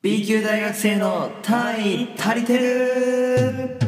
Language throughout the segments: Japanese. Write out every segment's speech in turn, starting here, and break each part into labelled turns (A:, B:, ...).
A: B 級大学生の単位足りてる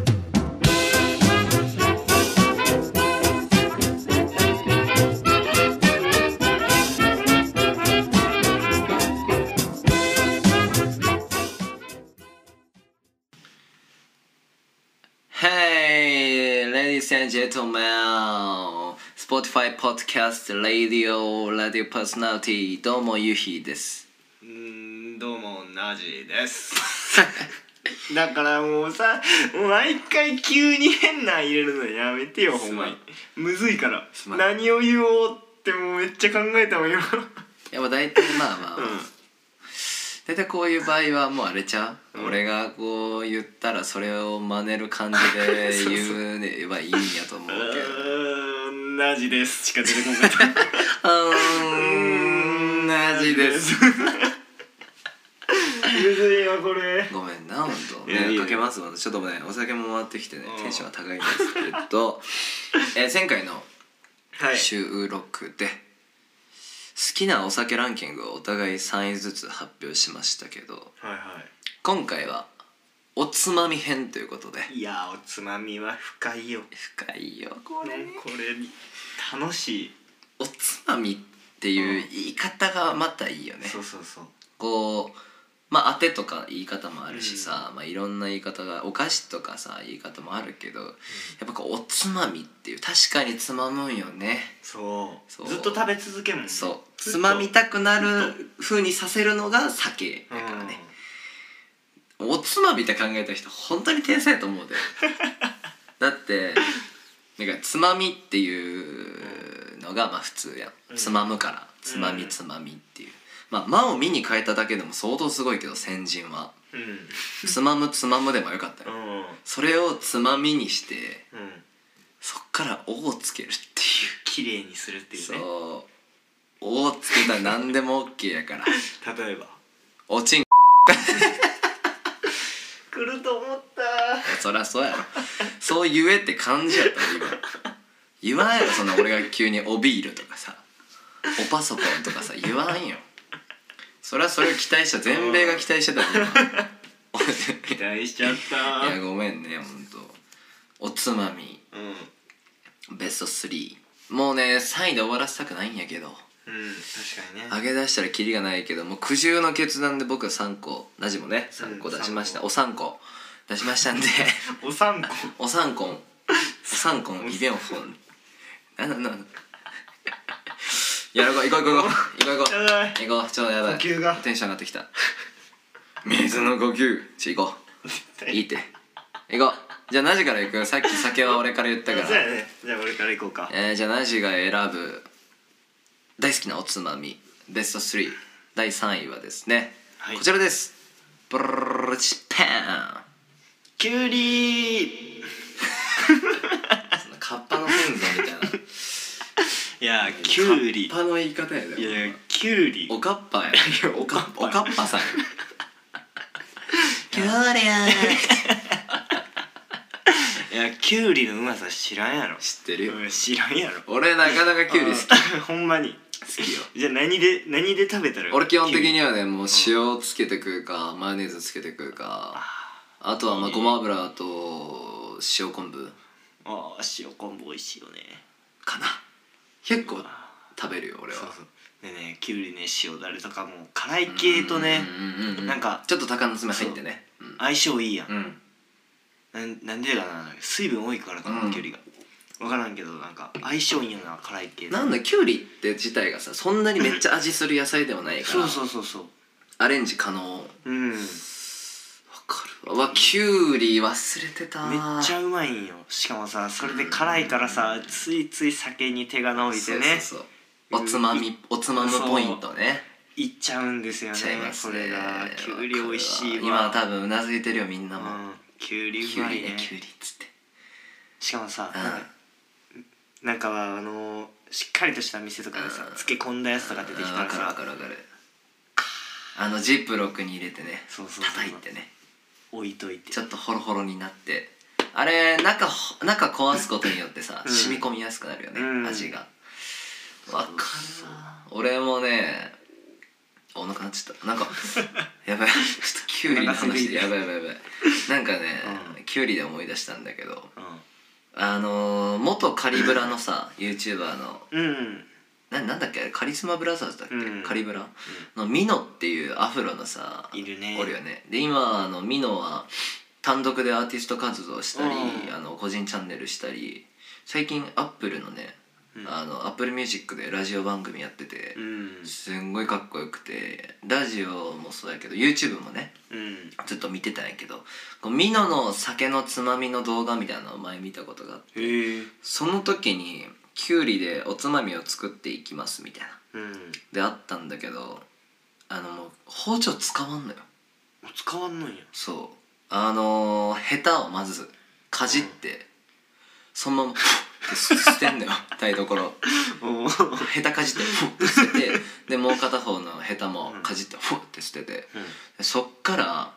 B: はい、ladies and gentlemen、Spotify Podcast Radio Radio Personality どうもゆひです。
C: うーんどうもナジですだからもうさ毎回急に変な入れるのやめてよほんまにむずいから
B: すまん
C: 何を言おうってもうめっちゃ考えたもん今
B: やっぱ大体まあまあ、
C: うん
B: 大体こういう場合はもうあれちゃう、俺がこう言ったらそれを真似る感じで言う ねばいいんやと思うけど。
C: うーんナジですしか出てこな かった
B: うーん、マジです。
C: むずいよこれ
B: ごめんな、本当。
C: いやいい
B: ね、
C: よ
B: かけますもん。ちょっとね、お酒も回ってきてね
C: う、ん
B: テンションが高いんですけど。えー前回の
C: はい
B: 収録で。好きなお酒ランキングをお互い3位ずつ発表しましたけど
C: はいは
B: 今回はおつまみ編ということで
C: いいやーおつまみは深いよ
B: 深いよこ
C: これ楽しい、
B: おつまみっていう言い方がまたいいよね
C: そうそうそう
B: こうまあ当てとか言い方もあるしさ、まあ、いろんな言い方がお菓子とかさ言い方もあるけど、やっぱこうおつまみっていう確かにつまむんよね、
C: そう
B: そう
C: ずっと食べ続けんもんね
B: そう
C: ずっ
B: つ
C: と
B: まみたくなる風にさせるのが酒だからね、おつまみって考えた人本当に天才やと思 うでだってなんかつまみっていうのがまあ普通やん、
C: うん
B: つまむからつまみ
C: うん
B: つまみっていう、まあ間を「み」に変えただけでも相当すごいけど先人は。
C: うんうん
B: つまむつまむでもよかったよ、
C: うん
B: それをつまみにして
C: うん
B: そっから「お」をつけるってい
C: 綺麗にするって
B: う
C: いう
B: そ
C: ね
B: う「お」をつけたら何でも OK やから
C: 例えば
B: 「おちん」
C: 来ると思った
B: そりゃそうやろそう言えって感じやったよ今言わんやろそんな俺が急に「おビール」とかさ「おパソコン」とかさ言わんよそりゃそれを期待した全米が期待してたよ
C: 期待しちゃっ
B: 今いや
C: た
B: ごめんねほんとおつまみ
C: うんうん
B: ベスト3もうね3位で終わらせたくないんやけど
C: 確か
B: 上
C: にね
B: げ出したらキリがないけどもう苦渋の決断で僕は3個なじもね3個
C: うん
B: 出しました、
C: 3
B: お3個出しましたん で
C: お三個
B: お3個お3個イベンフォンなんなん なんやろう行こう行こう行こう行こう
C: やばい
B: 行こう行こうちょっとやばい
C: 呼吸が
B: テンション上がってきた水の呼吸ちょ行こういいって行こうじゃあ何時から行くさっき酒は俺から言ったから
C: そうやねじゃあ俺から行こうか
B: えー、じゃあナジが選ぶ大好きなおつまみベスト3第3位はですね、
C: はい
B: こちらですブルルルチペン
C: きゅうり
B: そんなカッパの先祖みたい な
C: いやきゅうり
B: カッパの言い方やで
C: いやきゅうり
B: おかっぱや
C: やおかっぱ
B: おかっぱさんやキューリアン
C: いやきゅうりのうまさ知らんやろ
B: 知ってるよ
C: うん知らんやろ
B: 俺なかなかキュウリ好き好
C: き ほんまに
B: きよ
C: じゃあ何で何で食べたら
B: 俺基本的
C: きゅうり
B: にはねもう塩をつけて食うかマヨネーズつけて食うかあとはまあごま油と塩昆布
C: あー塩昆布美味しいよね
B: かな結構食べるよ俺は
C: そうそうでねきゅうりね塩だれとかもう辛い系とね
B: うんうんうん
C: なんか
B: ちょっと鷹の爪入ってね
C: 相性いいやん
B: う、ん
C: なんなんでかな水分多いからか
B: う
C: なんきゅうりが分からんけどなんか相性いいよな辛い系
B: なんだきゅうりって自体がさそんなにめっちゃ味する野菜ではないか
C: そ
B: ら
C: うそうそうそう
B: アレンジ可能わ
C: うんめっ
B: かるわうわきゅうり忘れてた
C: ちゃ
B: う
C: うまいんよしかもさそれで辛いからさついつい酒に手が伸びてね
B: そうそうそうおつまみおつまむポイントね
C: いっちゃうんですよね
B: ちゃいます
C: そ
B: ね
C: れがきゅうり美味しいわ
B: 今は多分うなずいてるよみんなも
C: うんきゅうり
B: き
C: う
B: ゅう
C: まい
B: り
C: ね
B: ねきゅうりっつって
C: しかもさ
B: うん
C: なんかなんかはあのーしっかりとした店とかで
B: う
C: さ
B: ん
C: 漬け込んだやつとか出てきた
B: わ
C: ら
B: かるわ
C: さ
B: かるわかるあのジップロックに入れてね
C: そうそうそう
B: 叩いてね
C: 置いといて
B: ちょっとホロホロになってあれ中ほ中壊すことによってさ、
C: うん
B: 染み込みやすくなるよね、
C: うん
B: 味がわかる
C: そう
B: わ俺もねお腹なっちゃったなんかやばいちょっとキュウリの
C: お腹すい
B: 話
C: て
B: で
C: きた
B: やばいやばいやばいなんかね、
C: う
B: キュウリで思い出したんだけど
C: うん
B: あのー、元カリブラのさ YouTuber の
C: うん
B: ななんだっけあれカリスマブラザーズだっけ、
C: うん
B: カリブラのミノっていうアフロのさ
C: いるね
B: おるよねで今あのミノは単独でアーティスト活動したり、
C: うん
B: あの個人チャンネルしたり最近アップルのね、
C: うん
B: あのアップルミュージックでラジオ番組やってて
C: う、ん
B: すんごいかっこよくてラジオもそうやけど YouTube もね
C: うん
B: ずっと見てたんやけどこうミノの酒のつまみの動画みたいなのを前見たことがあって
C: へえ
B: その時にきゅうりでおつまみを作っていきますみたいな
C: うん
B: であったんだけどあのもう包丁使わんのよ
C: 使わんのんや
B: そうあのー、ヘタをまずかじって、そのままふって捨てんのよ 台所
C: お
B: ヘタかじってふって捨ててでもう片方のヘタもかじってふって捨ててでそっから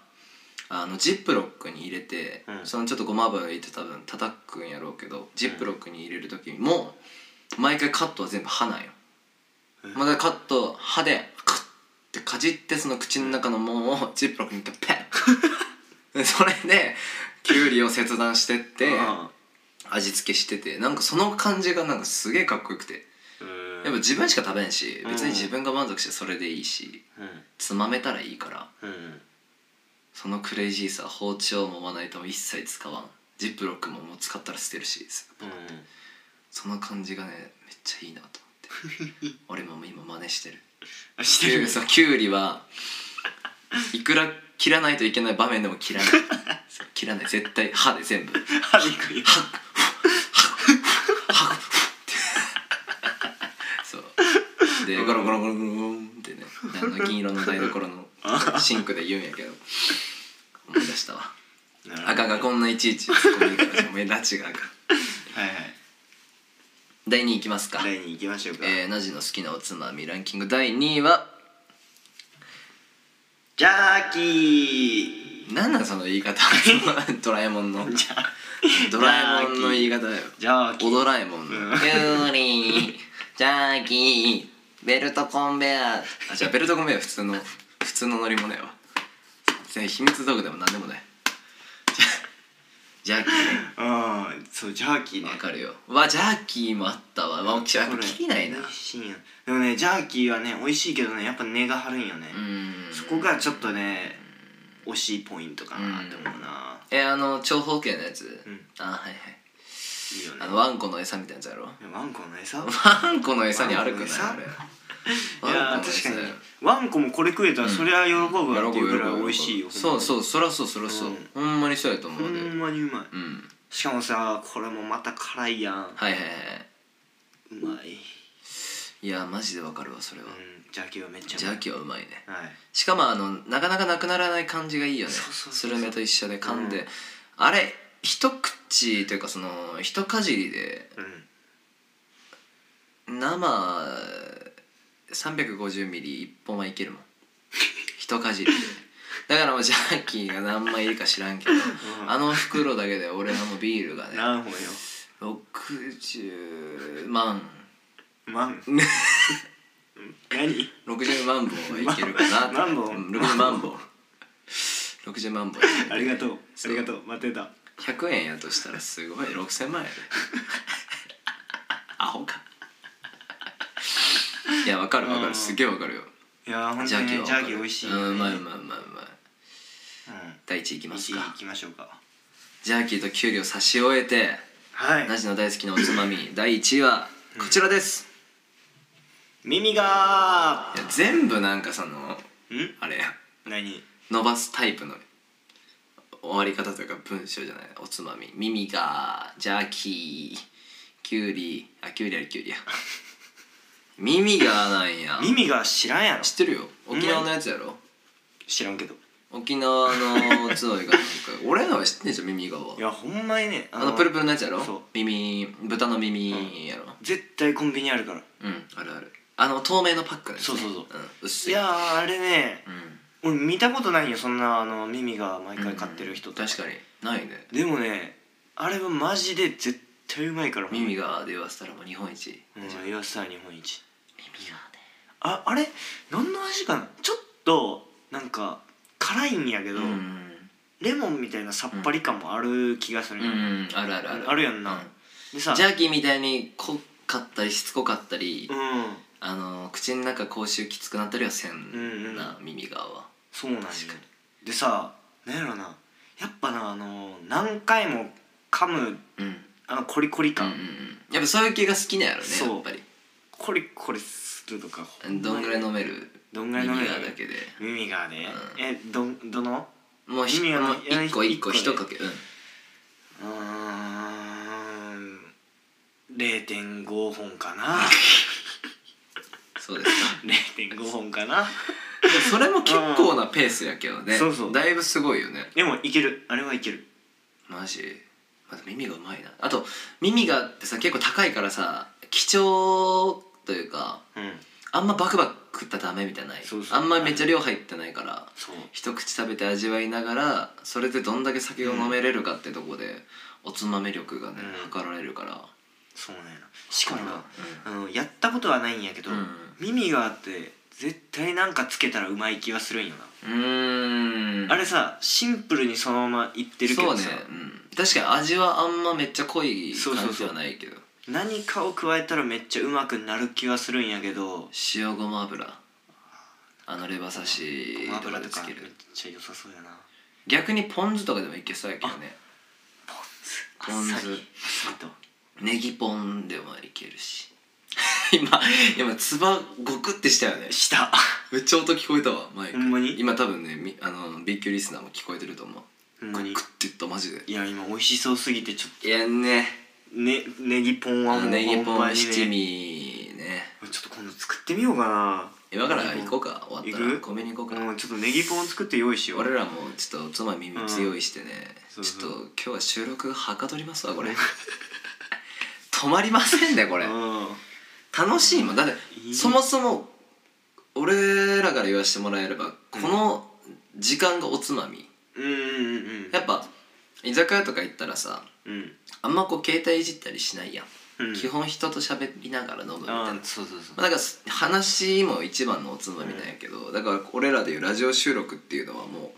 B: あのジップロックに入れて、
C: うん
B: そのちょっとごま油入れて多分叩くんやろうけどジップロックに入れる時も毎回カットは全部歯なんよ
C: え
B: まだカット歯でカッてかじってその口の中のもんをジップロックに入れてペッでそれできゅうりを切断してって味付けしててなんかその感じがなんかすげえかっこよくて
C: う
B: や
C: ん
B: っぱ自分しか食べんし
C: うん
B: 別に自分が満足してそれでいいし
C: うん
B: つまめたらいいから
C: うん
B: そのクレイジーさ包丁もまな板も一切使わんジップロックももう使ったら捨てるし
C: うん
B: その感じがねめっちゃいいなと 思って俺も今真似してる
C: あし
B: き
C: て
B: ゅ
C: る
B: うそうきゅうりはいくら切らないといけない場面でも切 らない切らない絶対歯で全部
C: 歯で食うよ
B: そうでゴロゴロゴロゴロゴロンってねあの銀色の台所 のシンクで言うんやけど思い出したわ赤がこんないちいち突っ込んでいから目立ちが赤
C: はいはい
B: 第2位いきますか
C: 第に行きましょうか
B: えー、ナジの好きなおつまみランキング第2位は
C: ジャーキー
B: 何なんその言い方 ドラえもんの
C: ジャー
B: ドラえもんの言い方だよ
C: ジャーキ
B: お
C: ー
B: ドラえもんの「
C: うん
B: キュウリジャーキーベルトコンベア」あじゃあベルトコンベアは普通の普通の乗り物やわ全然秘密道具でも何でもないジャジャーキーね
C: ああそうジャーキーね
B: わかるよわジャーキーもあったわわやっぱ切りないな
C: これ美味しいんやでもねジャーキーはね美味しいけどねやっぱ根が張るんよね
B: うん
C: そこがちょっとね惜しいポイントかなって思うな
B: えあの長方形のやつ、
C: うん
B: あはいはい
C: いいよね
B: あのワンコの餌みたいなやつやろ
C: ワンコの 餌
B: ワンコの餌に歩くない
C: ワ
B: あ
C: ンコの
B: れ
C: いやー確かにワンコもこれ食えたらそりゃ喜ぶわっていうぐらい美味しいよ
B: そう
C: う
B: そうそらそうそらそう、
C: うん
B: ほんまにそうやと思
C: ほ
B: うで、うん
C: んまにうまいしかもさこれもまた辛いやん
B: はいはいは
C: うまい
B: いいやーマジでわかるわそれは
C: う、んジャーキーはめっちゃ
B: ジャーキーはうまいね
C: ーはい
B: しかもあのなかなかなくならない感じがいいよね
C: そうそうそうそう
B: スルメと一緒で噛んで、
C: うん
B: あれ一口というかその一かじりで
C: うん
B: 生350ミリ一本はいけるもん一かじりでだからもうジャーキーが何枚いるか知らんけど、
C: ん
B: あの袋だけで俺はもうビールがね
C: 何本よ
B: 60万
C: マ ン何
B: 60万本はいけるか な
C: 万本
B: うん60万本60万本
C: ありがとうあ
B: そう
C: りがとう待ってた
B: 100円やとしたらすごい6000万やで アホかいやわかるわか
C: うん
B: るすげえわかるよ
C: いやーほん
B: ジ
C: と
B: ャーキー
C: ね
B: は
C: ジャーキー美味しいよ
B: うんうまいう
C: ね
B: まいうまいうまい
C: うん
B: 第一位いきます
C: 1位行
B: か
C: きましょうか
B: ジャーキーとキュウリを差し終えて
C: はい
B: ナジの大好きなおつまみ 第1位はこちらです、
C: 耳が
B: いや全部なんかその
C: ん
B: あれや
C: 何
B: 伸ばすタイプの終わり方というか文章じゃないおつまみ耳がジャーキーキュウリあキュウリある キュウリや耳がなんや
C: 耳が知らんやろ
B: 知ってるよ沖縄のやつやろ
C: 知らんけど
B: 沖縄のおつまみがなんか俺のは知ってんじゃん耳がはい
C: やほんまにね
B: あのプルプルのやつやろ
C: そう
B: 耳豚の耳やろ
C: 絶対コンビニあるから
B: うん、あるあるあの透明のパックのやつ、
C: そうそうそう、
B: ん、薄
C: い
B: い
C: やーあれね
B: うん
C: 俺見たことないよそんなあの耳が毎回買ってる人
B: うん確かにないね
C: にでもねあれはマジで絶対うまいから
B: 耳がで言わせたらもう日本一、
C: うん
B: 耳が
C: 岩瀬さん日本一
B: ね
C: ああれ何の味かなちょっとなんか辛いんやけど、
B: うん
C: レモンみたいなさっぱり感もある気がする、
B: うんあるあるある
C: あるやんなでさ
B: ジャーキーみたいに濃かったりしつこかったり、
C: うん
B: あの口の中口臭きつくなったりはせ
C: んうん
B: んな、耳側は
C: そうなんや
B: 確か
C: でさなんやろなやっぱなあの何回も噛む
B: うんうん
C: あのコリコリ
B: うんう
C: 感、
B: んやっぱそういう系が好きなんやろね
C: そう
B: やっぱり
C: コリコリするとか
B: どんぐらい飲める
C: どんぐらい
B: 耳
C: 飲める
B: 側だけで
C: 耳がね、
B: うん
C: えどんどの
B: もうひ
C: 耳側
B: もう
C: の
B: 一個一個
C: 一
B: 一
C: 個で
B: かけうん
C: うーん0.5本 かな
B: そうですか
C: 0.5本かな
B: でもそれも結構なペースやけどね
C: そうそう
B: だいぶすごいよね
C: でもいけるあれはいける
B: マジまず耳がうまいなあと耳がってさ結構高いからさ貴重というか
C: うん
B: あんまバクバク食ったらダメみたいなない
C: そうそう
B: あんまめっちゃ量入ってないから
C: そう
B: 一口食べて味わいながらそれでどんだけ酒を飲めれるかってとこで、おつまみ力がね
C: うん
B: 測られるから
C: そうなんやなしかもな、
B: う
C: あのやったことはないんやけど、
B: うん
C: 耳があって絶対なんかつけたらうまい気がするんよな、
B: うーん
C: あれさシンプルにそのままいってるけ
B: そうね
C: どさ、、
B: うん、確かに味はあんまめっちゃ濃い
C: そうそうそう
B: 感じはないけど
C: 何かを加えたらめっちゃうまくなる気はするんやけど
B: 塩ごま油あのレバ刺し
C: ごま
B: とか
C: 油
B: で
C: と
B: つ
C: かめ
B: け
C: っ
B: る
C: ちゃ良さそうやな
B: 逆にポン酢とかでもいけそうやけどね
C: ポン酢
B: ポン酢
C: あっさりあっさりと
B: ネギポンでもいけるし 今今つばごくってしたよね
C: した
B: めっちゃ音聞こえたわマイク
C: ほんまに
B: 今多分ねみあの B 級リスナーも聞こえてると思う
C: ほん
B: ゴ
C: ま
B: ク
C: に
B: って言ったマジで
C: いや今美味しそうすぎてちょっ
B: いやね
C: とねネギポンは
B: あ
C: も
B: の
C: う
B: ネギ
C: ほん
B: ポ
C: ま
B: ン
C: にね
B: 七味ね
C: ちょっと今度作ってみようか
B: 今から行こうか終わった
C: 行
B: ら
C: く
B: コンビニ行こう
C: な
B: か
C: もうちょっとネギポン作って用意しよう
B: 俺らもちょっとおつまみ3つ用意してねち
C: そ
B: ょ
C: う
B: っ
C: そう
B: と今日は収録はかどりますわこれ 止まりませんねこれ
C: うん
B: 楽しいもんだって
C: いい
B: そもそも俺らから言わせてもらえればこの時間がおつまみ
C: うんうんうん
B: やっぱ居酒屋とか行ったらさ
C: うん
B: あんまこう携帯いじったりしないやん、
C: うん
B: 基本人と喋りながら飲むみたいな
C: あ
B: ま
C: ーそうそうそう
B: あだからす話も一番のおつまみなんやけど、だから俺らでいうラジオ収録っていうのはも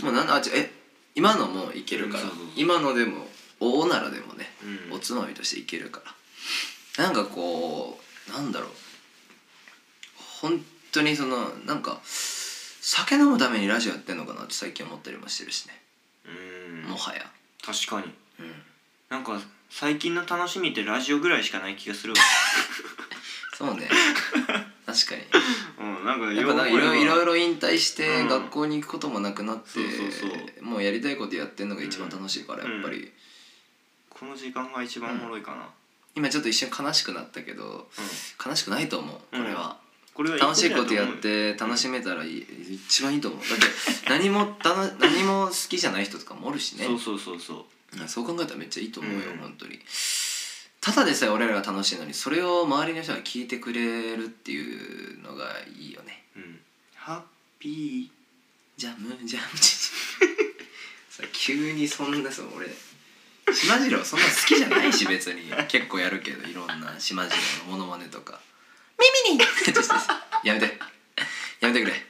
B: うもうなんだあちょえ今のもいけるから、
C: うんそうそうそう
B: 今のでもおならでもね、
C: うん
B: おつまみとしていけるからなんかこうなんだろう本当にそのなんか酒飲むためにラジオやってんのかなって最近思ったりもしてるしね
C: うん
B: もはや、
C: 確かに
B: うん、
C: なんか最近の楽しみってラジオぐらいしかない気がする わ
B: そう ね確かに
C: うんなんか
B: やっぱなんかいろいろいろ引退して
C: うん
B: 学校に行くこともなくなって、
C: そうそうそ
B: もうやりたいことやってんのが一番楽しいから、
C: うん
B: やっぱり、
C: この時間が一番おもろいかな、
B: 今ちょっと一瞬悲しくなったけど悲しくないと思うこれは、
C: これは
B: 楽しいことやって楽しめたらいい一番いいと思うだって 何もたの何も好きじゃない人とかもおるしね
C: そうそうそうそう
B: うんそう考えたらめっちゃいいと思うよ、
C: うん
B: 本当にただでさえ俺らが楽しいのにそれを周りの人が聞いてくれるっていうのがいいよね
C: うんハッピ
B: ジャムジャムジャムさ急に そんなさ俺島次郎そんな好きじゃないし別に結構やるけどいろんな島次郎のモノマネとか「耳に!」ちょっとちょっと やめてやめてくれ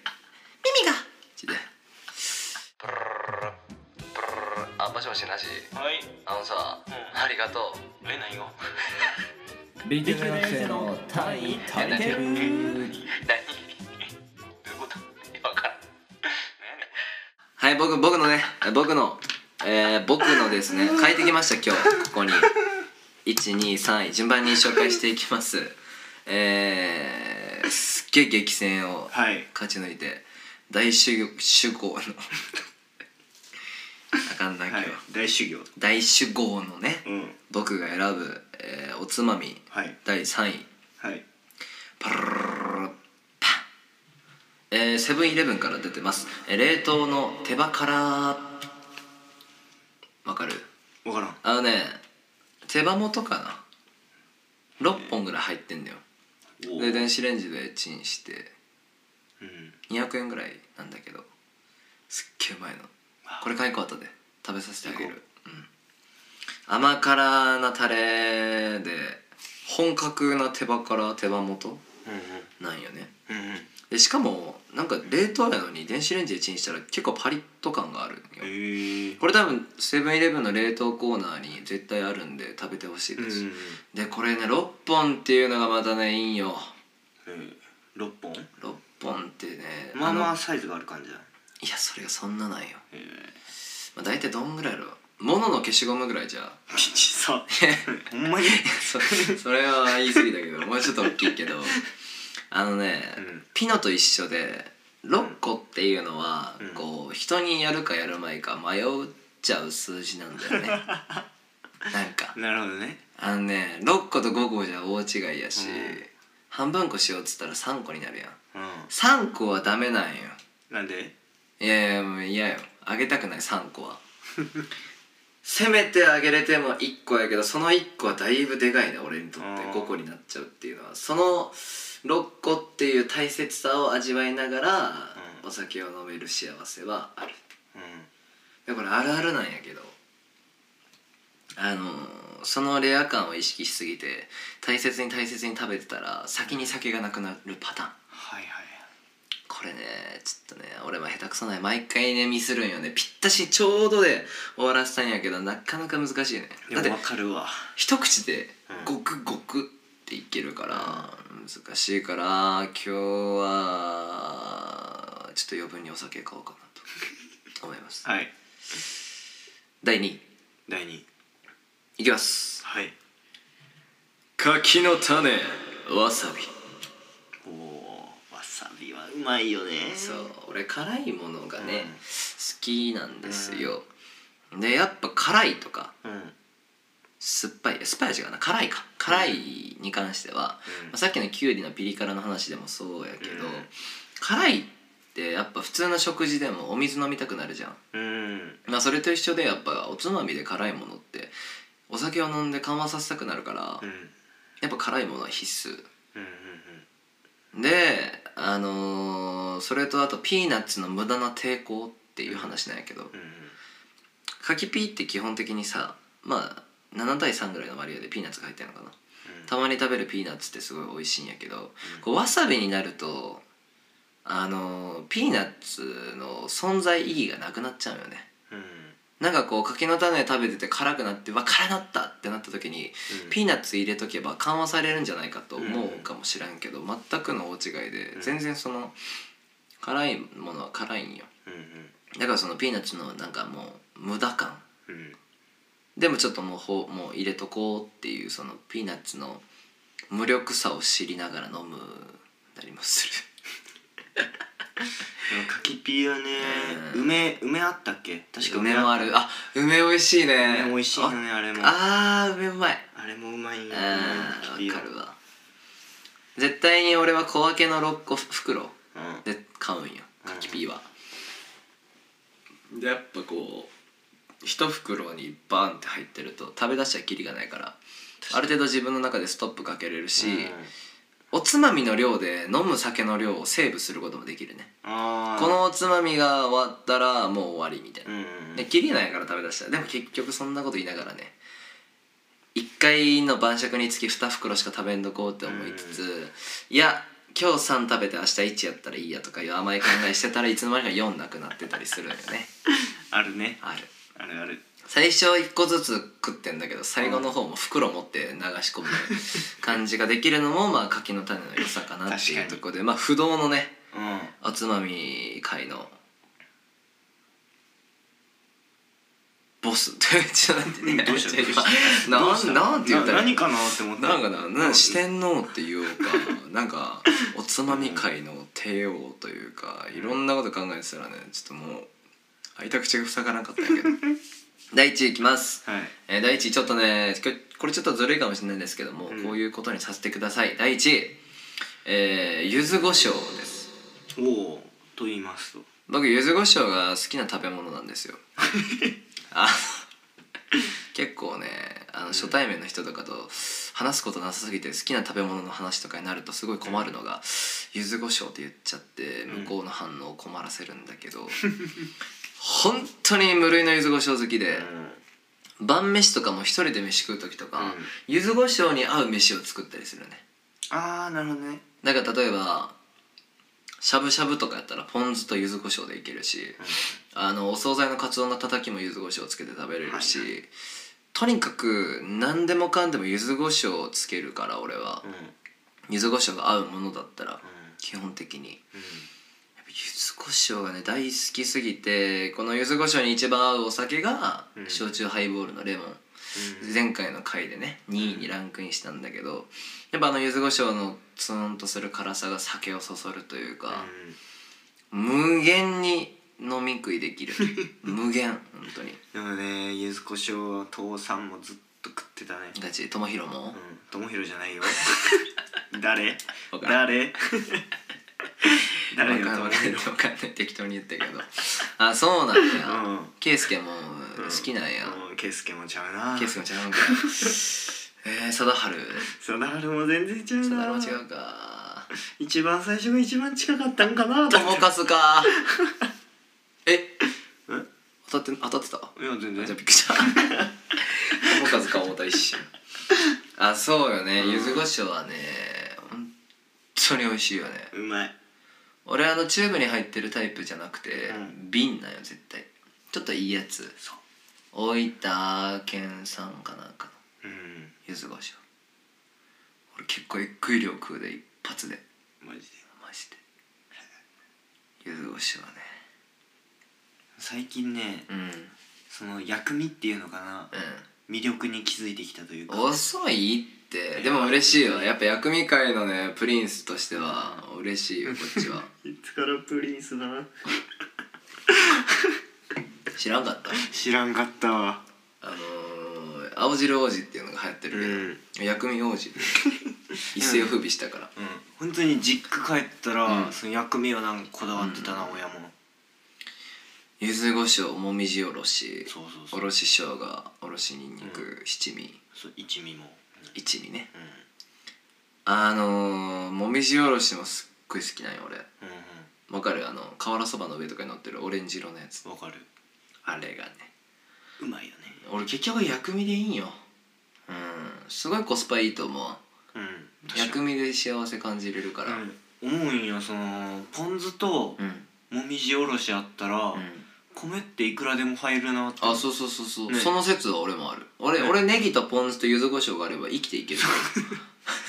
B: 耳がちょっとあもしもしなし
C: ーはい
B: あのさ、
C: うん
B: ありがとう
C: れないよ
A: B 級留学生の単位足りてる
B: 何
C: どういうこと
B: 分からんはい僕僕のねえ僕のえー、僕のですね変えてきました今日ここに123位順番に紹介していきますえー、すっげえ激戦を
C: はい
B: 勝ち抜いて大主主豪のあかんな今
C: は
B: 日、
C: い大修行
B: 大主豪のね
C: うん
B: 僕が選ぶ、えーおつまみ
C: はい
B: 第3位
C: はい
B: パルルルルルルパンえーセブンイレブンから出てます、えー冷凍の手羽からわかる
C: 分からん
B: あのね手羽元かな6本ぐらい入ってんだよ
C: お
B: で
C: ー
B: 電子レンジでチンして
C: うん
B: 200円ぐらいなんだけどすっげえうまいのこれ買いこ後で食べさせてあげる、うん、甘辛なタレで本格な手羽から手羽元
C: うん
B: なんよね
C: うんうん
B: でしかもなんか冷凍やのに電子レンジでチンしたら結構パリッと感があるんよ
C: えー
B: これ多分セブンイレブンの冷凍コーナーに絶対あるんで食べてほしい
C: うん
B: です、でこれね6本っていうのがまたねいいんよ
C: えー、6本
B: 6本ってね
C: まあ
B: の
C: まあサイズがある感じだ
B: いやそれがそんなないよ、
C: えー
B: まあ、大体どんぐらいだろうモノの消しゴムぐらいじゃ
C: ちっさほんまに
B: そそれは言い過ぎだけどもうちょっと大きいけどあのね、
C: うん
B: ピノと一緒で6個っていうのは、
C: うん
B: こう人にやるかやるまいか迷っちゃう数字なんだよ ねなんか
C: なるほどね
B: あのね6個と5個じゃ大違いやし、
C: うん
B: 半分こしようっつったら3個になるやん
C: う
B: 3個はダメなんよ
C: んなんで
B: いやいやもう嫌よあげたくない3個はせめてあげれても1個やけどその1個はだいぶでかいね俺にとって
C: あー
B: 5個になっちゃうっていうのはその6個っていう大切さを味わいながら
C: うん
B: お酒を飲める幸せはある
C: う
B: でこれあるあるなんやけどあのーそのレア感を意識しすぎて大切に大切に食べてたら先に酒がなくなるパターン
C: はいはい
B: これねちょっとね俺は下手くそない毎回ねミスるんよねぴったしちょうどで終わらせたんやけどなかなか難しいねだって
C: でも分かるわ
B: 一口で
C: うん
B: ごくごくっていけるから難しいから今日はちょっと余分にお酒買おうかなと思います
C: はい
B: 第2位
C: 第2位
B: いきます
C: はい
B: 柿の種わさび
C: おおわさびはうまいよね
B: そう俺辛いものがね、
C: うん
B: 好きなんですよ、でやっぱ辛いとか
C: うん、うん
B: 酸っぱい酸っぱい味かな辛いか辛いに関しては、まあ、さっきのきゅうりのピリ辛の話でもそうやけど、
C: うん
B: 辛いってやっぱ普通の食事でもお水飲みたくなるじゃん、
C: うん
B: まあ、それと一緒でやっぱおつまみで辛いものってお酒を飲んで緩和させたくなるから、
C: うん
B: やっぱ辛いものは必須
C: うん
B: であのーそれとあとピーナッツの無駄な抵抗っていう話なんやけど、
C: うんうん
B: 柿ピーって基本的にさまあ7対3ぐらいの割合でピーナッツが入ってるのかなたまに食べるピーナッツってすごい美味しいんやけど、こうわさびになるとあのーピーナッツの存在意義がなくなっちゃうよね
C: うん
B: なんかこう柿の種食べてて辛くなってわ辛なったってなった時に
C: うん
B: ピーナッツ入れとけば緩和されるんじゃないかと思うかもしらんけど全くの大違いで
C: うん
B: 全然その辛いものは辛いんよ
C: うん
B: だからそのピーナッツのなんかもう無駄感
C: うんうん
B: でもちょっともうほもう入れとこうっていうそのピーナッツの無力さを知りながら飲むなりもする
C: でも柿ピーはね
B: うん
C: 梅梅あったっけ確か
B: 梅もあるあ梅美味しいね
C: 梅美味しいよねあれもあ
B: ああー梅うまい
C: れもうまいよ
B: うん
C: ね
B: わ
C: 柿ピーは
B: かるわ絶対に俺は小分けの6個袋
C: うん
B: で買うんよ柿ピーは、でやっぱこう一袋にバーンって入ってると食べ出しちゃきりがないからある程度自分の中でストップかけれるし、
C: うん
B: おつまみの量で飲む酒の量をセーブすることもできるね、
C: あー
B: このおつまみが終わったらもう終わりみたいな
C: う、んうん
B: で切りないから食べだしたらでも結局そんなこと言いながらね1回の晩酌につき2袋しか食べんとこうって思いつつ、いや今日3食べて明日1やったらいいやとかいう甘い考えしてたらいつの間にか4なくなってたりするんよね
C: あるね
B: ある
C: あるある
B: 最初1個ずつ食ってんだけど最後の方も袋持って流し込む感じができるのもまあ柿の種の良さかなってい
C: 確か
B: う
C: に
B: ところでまあ不動のね
C: うん
B: おつまみ界のボス ちょっと待ってね
C: どうしたどうした
B: 今
C: どうし
B: な
C: た
B: んなんて言ったら
C: な何かなって思った
B: なんかななん四天王っていうかなんかおつまみ界の帝王というかいろんなこと考えてたらねちょっともう開いた口が塞がらなかったんやけど 第一位いきます
C: はい
B: えー第1位ちょっとねこれこれちょっとずるいかもしれないんですけども、
C: うん
B: こういうことにさせてください第1位えー柚子胡椒です
C: おおと言いますと
B: 僕柚子胡椒が好きな食べ物なん ですよあの結構ねあの初対面の人とかと話すことなさすぎて好きな食べ物の話とかになるとすごい困るのが柚子胡椒って言っちゃって
C: う
B: 向
C: ん
B: こうの反応を困らせるんだけど本当に無類の柚子胡椒好きで。晩飯とかも一人で飯食う時とか、
C: うん
B: 柚子胡椒に合う飯を作ったりするね
C: ああなるほどね
B: だから例えばしゃぶしゃぶとかやったらポン酢と柚子胡椒でいけるし、あのお惣菜のカツ丼のたたきも柚子胡椒つけて食べれるし、
C: はい
B: とにかく何でもかんでも柚子胡椒をつけるから俺は
C: うんうん
B: 柚子胡椒が合うものだったら基本的にやっぱ柚子胡椒がね大好きすぎてこの柚子胡椒に一番合うお酒が
C: うん
B: 焼酎ハイボールのレモン、
C: うん
B: 前回の回でね2位にランクインしたんだけどやっぱあの柚子胡椒のツーンとする辛さが酒をそそるというか、無限に飲み食いできる無限本当に
C: でもね柚子胡椒父さんもずっと食ってたね
B: ガチ友弘も、
C: うん友弘じゃない よ誰
B: わからん
C: 誰誰
B: わ
C: が
B: かん
C: 友
B: ない
C: 弘
B: わかんない適当に言ったけどあそうなんだ
C: うん
B: 圭介も
C: う
B: 好きなんや
C: うん圭介もちゃうな
B: 圭介もちゃ うんかえー、貞治
C: 貞治も全然ちゃうな
B: 貞治も違うか
C: 一番最初が一番近かったんかな
B: 友和かえ
C: え
B: 当たって当たってた
C: いや全
B: じゃあびっ
C: 然
B: くりした友和か思った一瞬あそうよね
C: うん
B: 柚子胡椒はね本当に美味しいよね
C: うまい
B: 俺あのチューブに入ってるタイプじゃなくて、
C: うん
B: 瓶なんよ絶対ちょっといいやつ
C: そう
B: 大分県産かなんかの
C: うん
B: 柚子胡椒俺結構えっくい量食うで一発で
C: マジで
B: マジで柚子胡椒はね
C: 最近ね
B: うんうん
C: その薬味っていうのかな魅力に気づいてきたというか
B: 遅いってでも嬉しいよやっぱ薬味界のねプリンスとしては嬉しいよこっちは
C: いつからプリンスだな
B: 知らんかった
C: 知らんかったわ
B: あのー、青汁王子っていうのが流行って
C: う
B: る
C: ん
B: けど、薬味王 子一世を風靡したから
C: 本当に実家帰ったら、
B: うん
C: その薬味はなんかこだわってたな、親も
B: 柚子胡椒もみじおろし
C: そうそうそ
B: お
C: う
B: ろし生姜おろしにんにく、七味
C: そう一味も
B: 一味ね
C: うん
B: あのー、もみじおろしもすっごい好きなんよ俺
C: うん
B: わかるあの瓦そばの上とかに乗ってるオレンジ色のやつ
C: うんわかる
B: あれがね
C: うまいよね
B: 俺結局薬味でいいんようんすごいコスパいいと思う
C: うん
B: 薬味で幸せ感じれるからうん、
C: うん、思うんよそのポン酢ともみじおろしあったら、
B: うん
C: 米っていくらでも入るなって
B: あそうそうそうそう、
C: ね
B: その説は俺もある俺、
C: ね
B: 俺ネギとポン酢と柚子胡椒があれば生きてい ける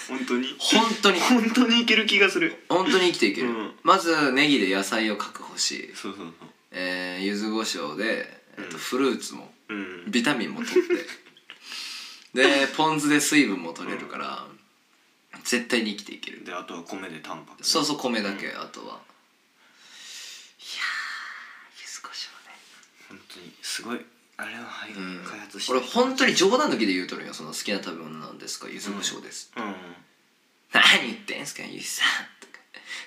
C: 本当に
B: 本当に
C: 本当にいける気がする
B: 本当に生きていける、
C: うん
B: まずネギで野菜を確保し、
C: そうそう
B: えー、柚子胡椒で、えっ
C: うん
B: と、フルーツも
C: そううん
B: ビタミンも取って でポン酢で水分も取れるから、絶対に生きていける
C: であとは米でタンパク
B: そうそう米だけ、あとはいやー柚子胡椒ね
C: 本当にすごいあれは、はい
B: うん
C: 開発して
B: 俺本当に冗談抜きで言うとるんよその好きな食べ物なんですか柚子胡椒です、
C: うん
B: 何言ってんすかゆいさんとか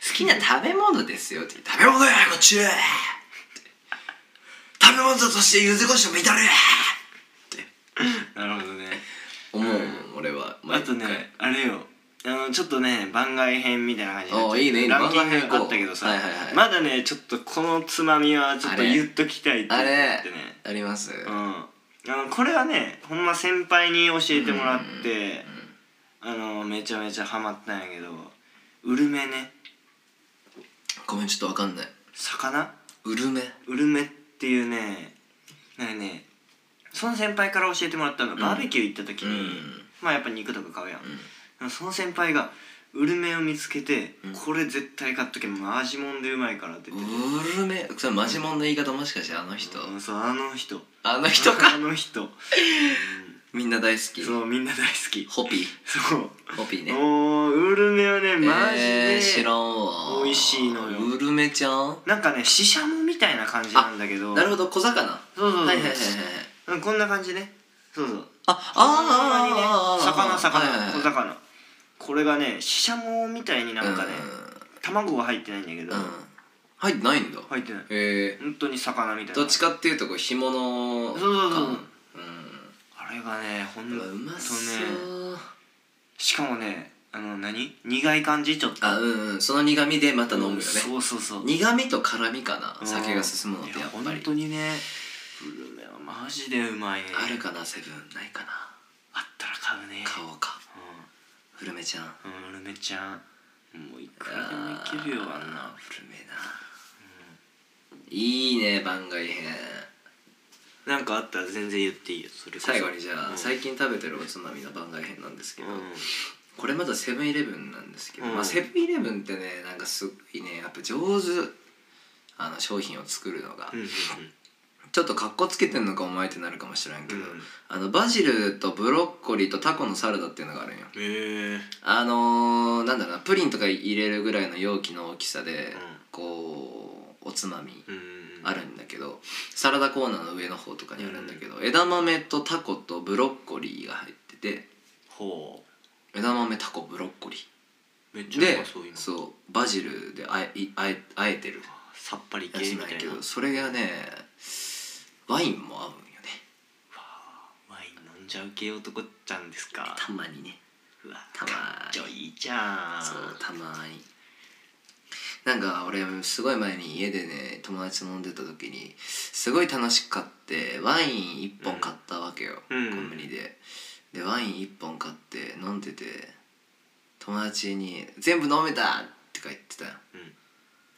B: 好きな食べ物ですよって食べ物やこっちへ食べ物として柚子胡椒乱れ
C: なるほどね
B: 思う、俺は
C: あとねあれよあのちょっとね番外編みたいな感じになっちゃう
B: おーいいねいいね
C: ランキン
B: 番外編行
C: グあ
B: こう
C: ったけどさ、
B: はいはいはい
C: まだねちょっとこのつまみはちょっと
B: あれ
C: 言っときたいって
B: あれ
C: ってね
B: あります、
C: うん、あのこれはねほんま先輩に教えてもらって、あのめちゃめちゃハマったんやけどウルメね
B: ごめんちょっとわかんない
C: 魚
B: ウルメ
C: ウルメっていうねなんかねその先輩から教えてもらったのがバーベキュー行った時に、
B: うん
C: まあやっぱ肉とか買うやん、その先輩がウルメを見つけて、
B: うん
C: これ絶対買っとけマジもんでうまいからって言ってて、
B: ウルメそれマジモンの言い方もしかしてあの人、
C: うんそうあの人
B: あの人か
C: あの人、
B: みんな大好き
C: そうみんな大好き
B: ホピー
C: そう
B: ホピーね
C: おーウルメはねマジで、
B: えー知らんわ
C: 美味しいのよ
B: ウルメちゃん
C: なんかねシシャモみたいな感じなんだけど
B: なるほど小魚
C: そうそうそう、
B: はいはいはいはい
C: うんこんな感じねそうそう
B: あ
C: あ
B: あーあーあーあー
C: 魚魚、
B: はいはいはい
C: 小魚これがねシシャモみたいになんかね、卵は入ってないんだけど、
B: うんうん入ってないんだ
C: 入ってない
B: え
C: 本当に魚みたい
B: ーど
C: な
B: っちかっていうとこう紐の
C: そうそうそう
B: 感う
C: あれがねほん
B: ん
C: と
B: うわうま
C: ね
B: そう
C: しかもねあの何苦い感じちょっと
B: あうんうんその苦味でまた飲むよね
C: そうそうそう
B: 苦味と辛味かな
C: うん
B: 酒が進むのってやっ
C: い
B: ぱ
C: 本
B: り
C: 当にねウルメはマジでうまいね
B: あるかなセブンないかな
C: あったら買うね
B: 買おうかウルメちゃん
C: うん、うん、ウルメちゃんもういくらでもいけるよあんな
B: 古めえな、いいね番外編
C: なんかあったら全然言っていいよそれこそ
B: 最後にじゃあ、
C: うん
B: 最近食べてるおつまみの番外編なんですけ
C: う
B: ど、
C: ん
B: これまだセブンイレブンなんですけど、
C: うん
B: まあ、セブンイレブンってねなんかすごいねやっぱ上手あの商品を作るのが、
C: うんうん
B: ちょっとかっこつけてんのかお前ってなるかもしれんけど、
C: うん
B: あのバジルとブロッコリーとタコのサラダっていうのがあるんよ
C: へえ
B: あのー、なんだろうなプリンとか入れるぐらいの容器の大きさで、こうおつまみ
C: うん
B: あるんだけどサラダコーナーの上の方とかにあるんだけど、枝豆とタコとブロッコリーが入ってて
C: ほ
B: 枝豆タコブロッコリ
C: うめっ
B: ー
C: ちゃう
B: で
C: まそう今
B: そうバジルであえいあえあえてる
C: さっぱり
B: や
C: 系
B: つ
C: み
B: な
C: た
B: んや
C: い
B: け
C: な
B: どそれがねワインも合うんよね
C: ワイン飲んじゃう系男ちゃんですか
B: たまにね
C: うわ
B: たまに
C: かっちょいいじゃん
B: そうたまになんか俺すごい前に家でね友達と飲んでた時にすごい楽しかってワイン1本買ったわけよ、
C: うん
B: コンビニででワイン1本買って飲んでて友達に「全部飲めた!」ってか言ってたよ
C: うん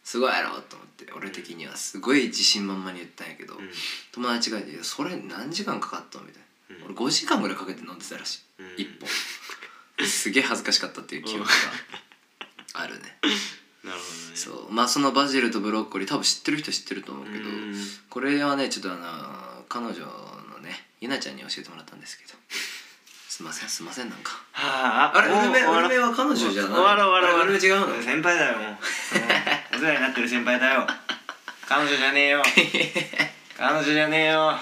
B: すごいやろと思って俺的にはすごい自信満々に言ったんやけど、
C: うん
B: 友達が「いやそれ何時間かかったの?」みたいな、
C: うん
B: 俺5時間ぐらいかけて飲んでたらしい
C: うん
B: 一本すげえ恥ずかしかったっていう 記憶があるね
C: なるほどね
B: そうまあそのバジルとブロッコリー多分知ってる人知ってると思うけど
C: うん
B: これはねちょっとあの彼女のねゆなちゃんに教えてもらったんですけどすいませんすいませんなんか
C: はあ
B: あれ
C: もう
B: ウルメ
C: 終わ
B: ウ
C: ろ
B: ル
C: う
B: メは彼女じゃない
C: 終わろう終わろう
B: あれウルメ違うの
C: 先輩だよもううんお世話になってる先輩だよ彼女じゃねえよ彼女じゃねえよ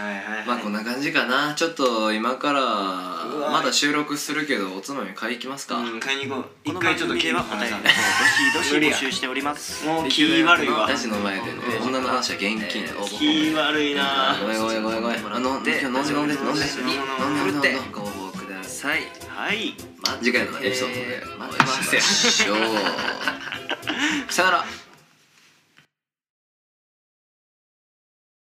C: はいはい、はい、
B: まあこんな感じかなちょっと今から
C: うわ
B: まだ収録するけどおつまみ買いに行きますか、
C: うん、買いに行こう
D: こ
C: 一
D: の
C: 回
D: 番
C: ちょっと
D: 組ではお便りの方をど しどし募集しております
C: もう
B: で
C: 気
B: きるだけ
C: 悪いわ
B: ラジの前でね
C: うん
B: 女の話は厳禁で応募
C: 気悪いな
B: ごめんごめんごめんごめん。あの、今日飲んで飲んで飲んで飲んで飲んで飲んで。ご応募ください。
C: はい
B: 次回のエピソードで待ってます。しょう。さよなら。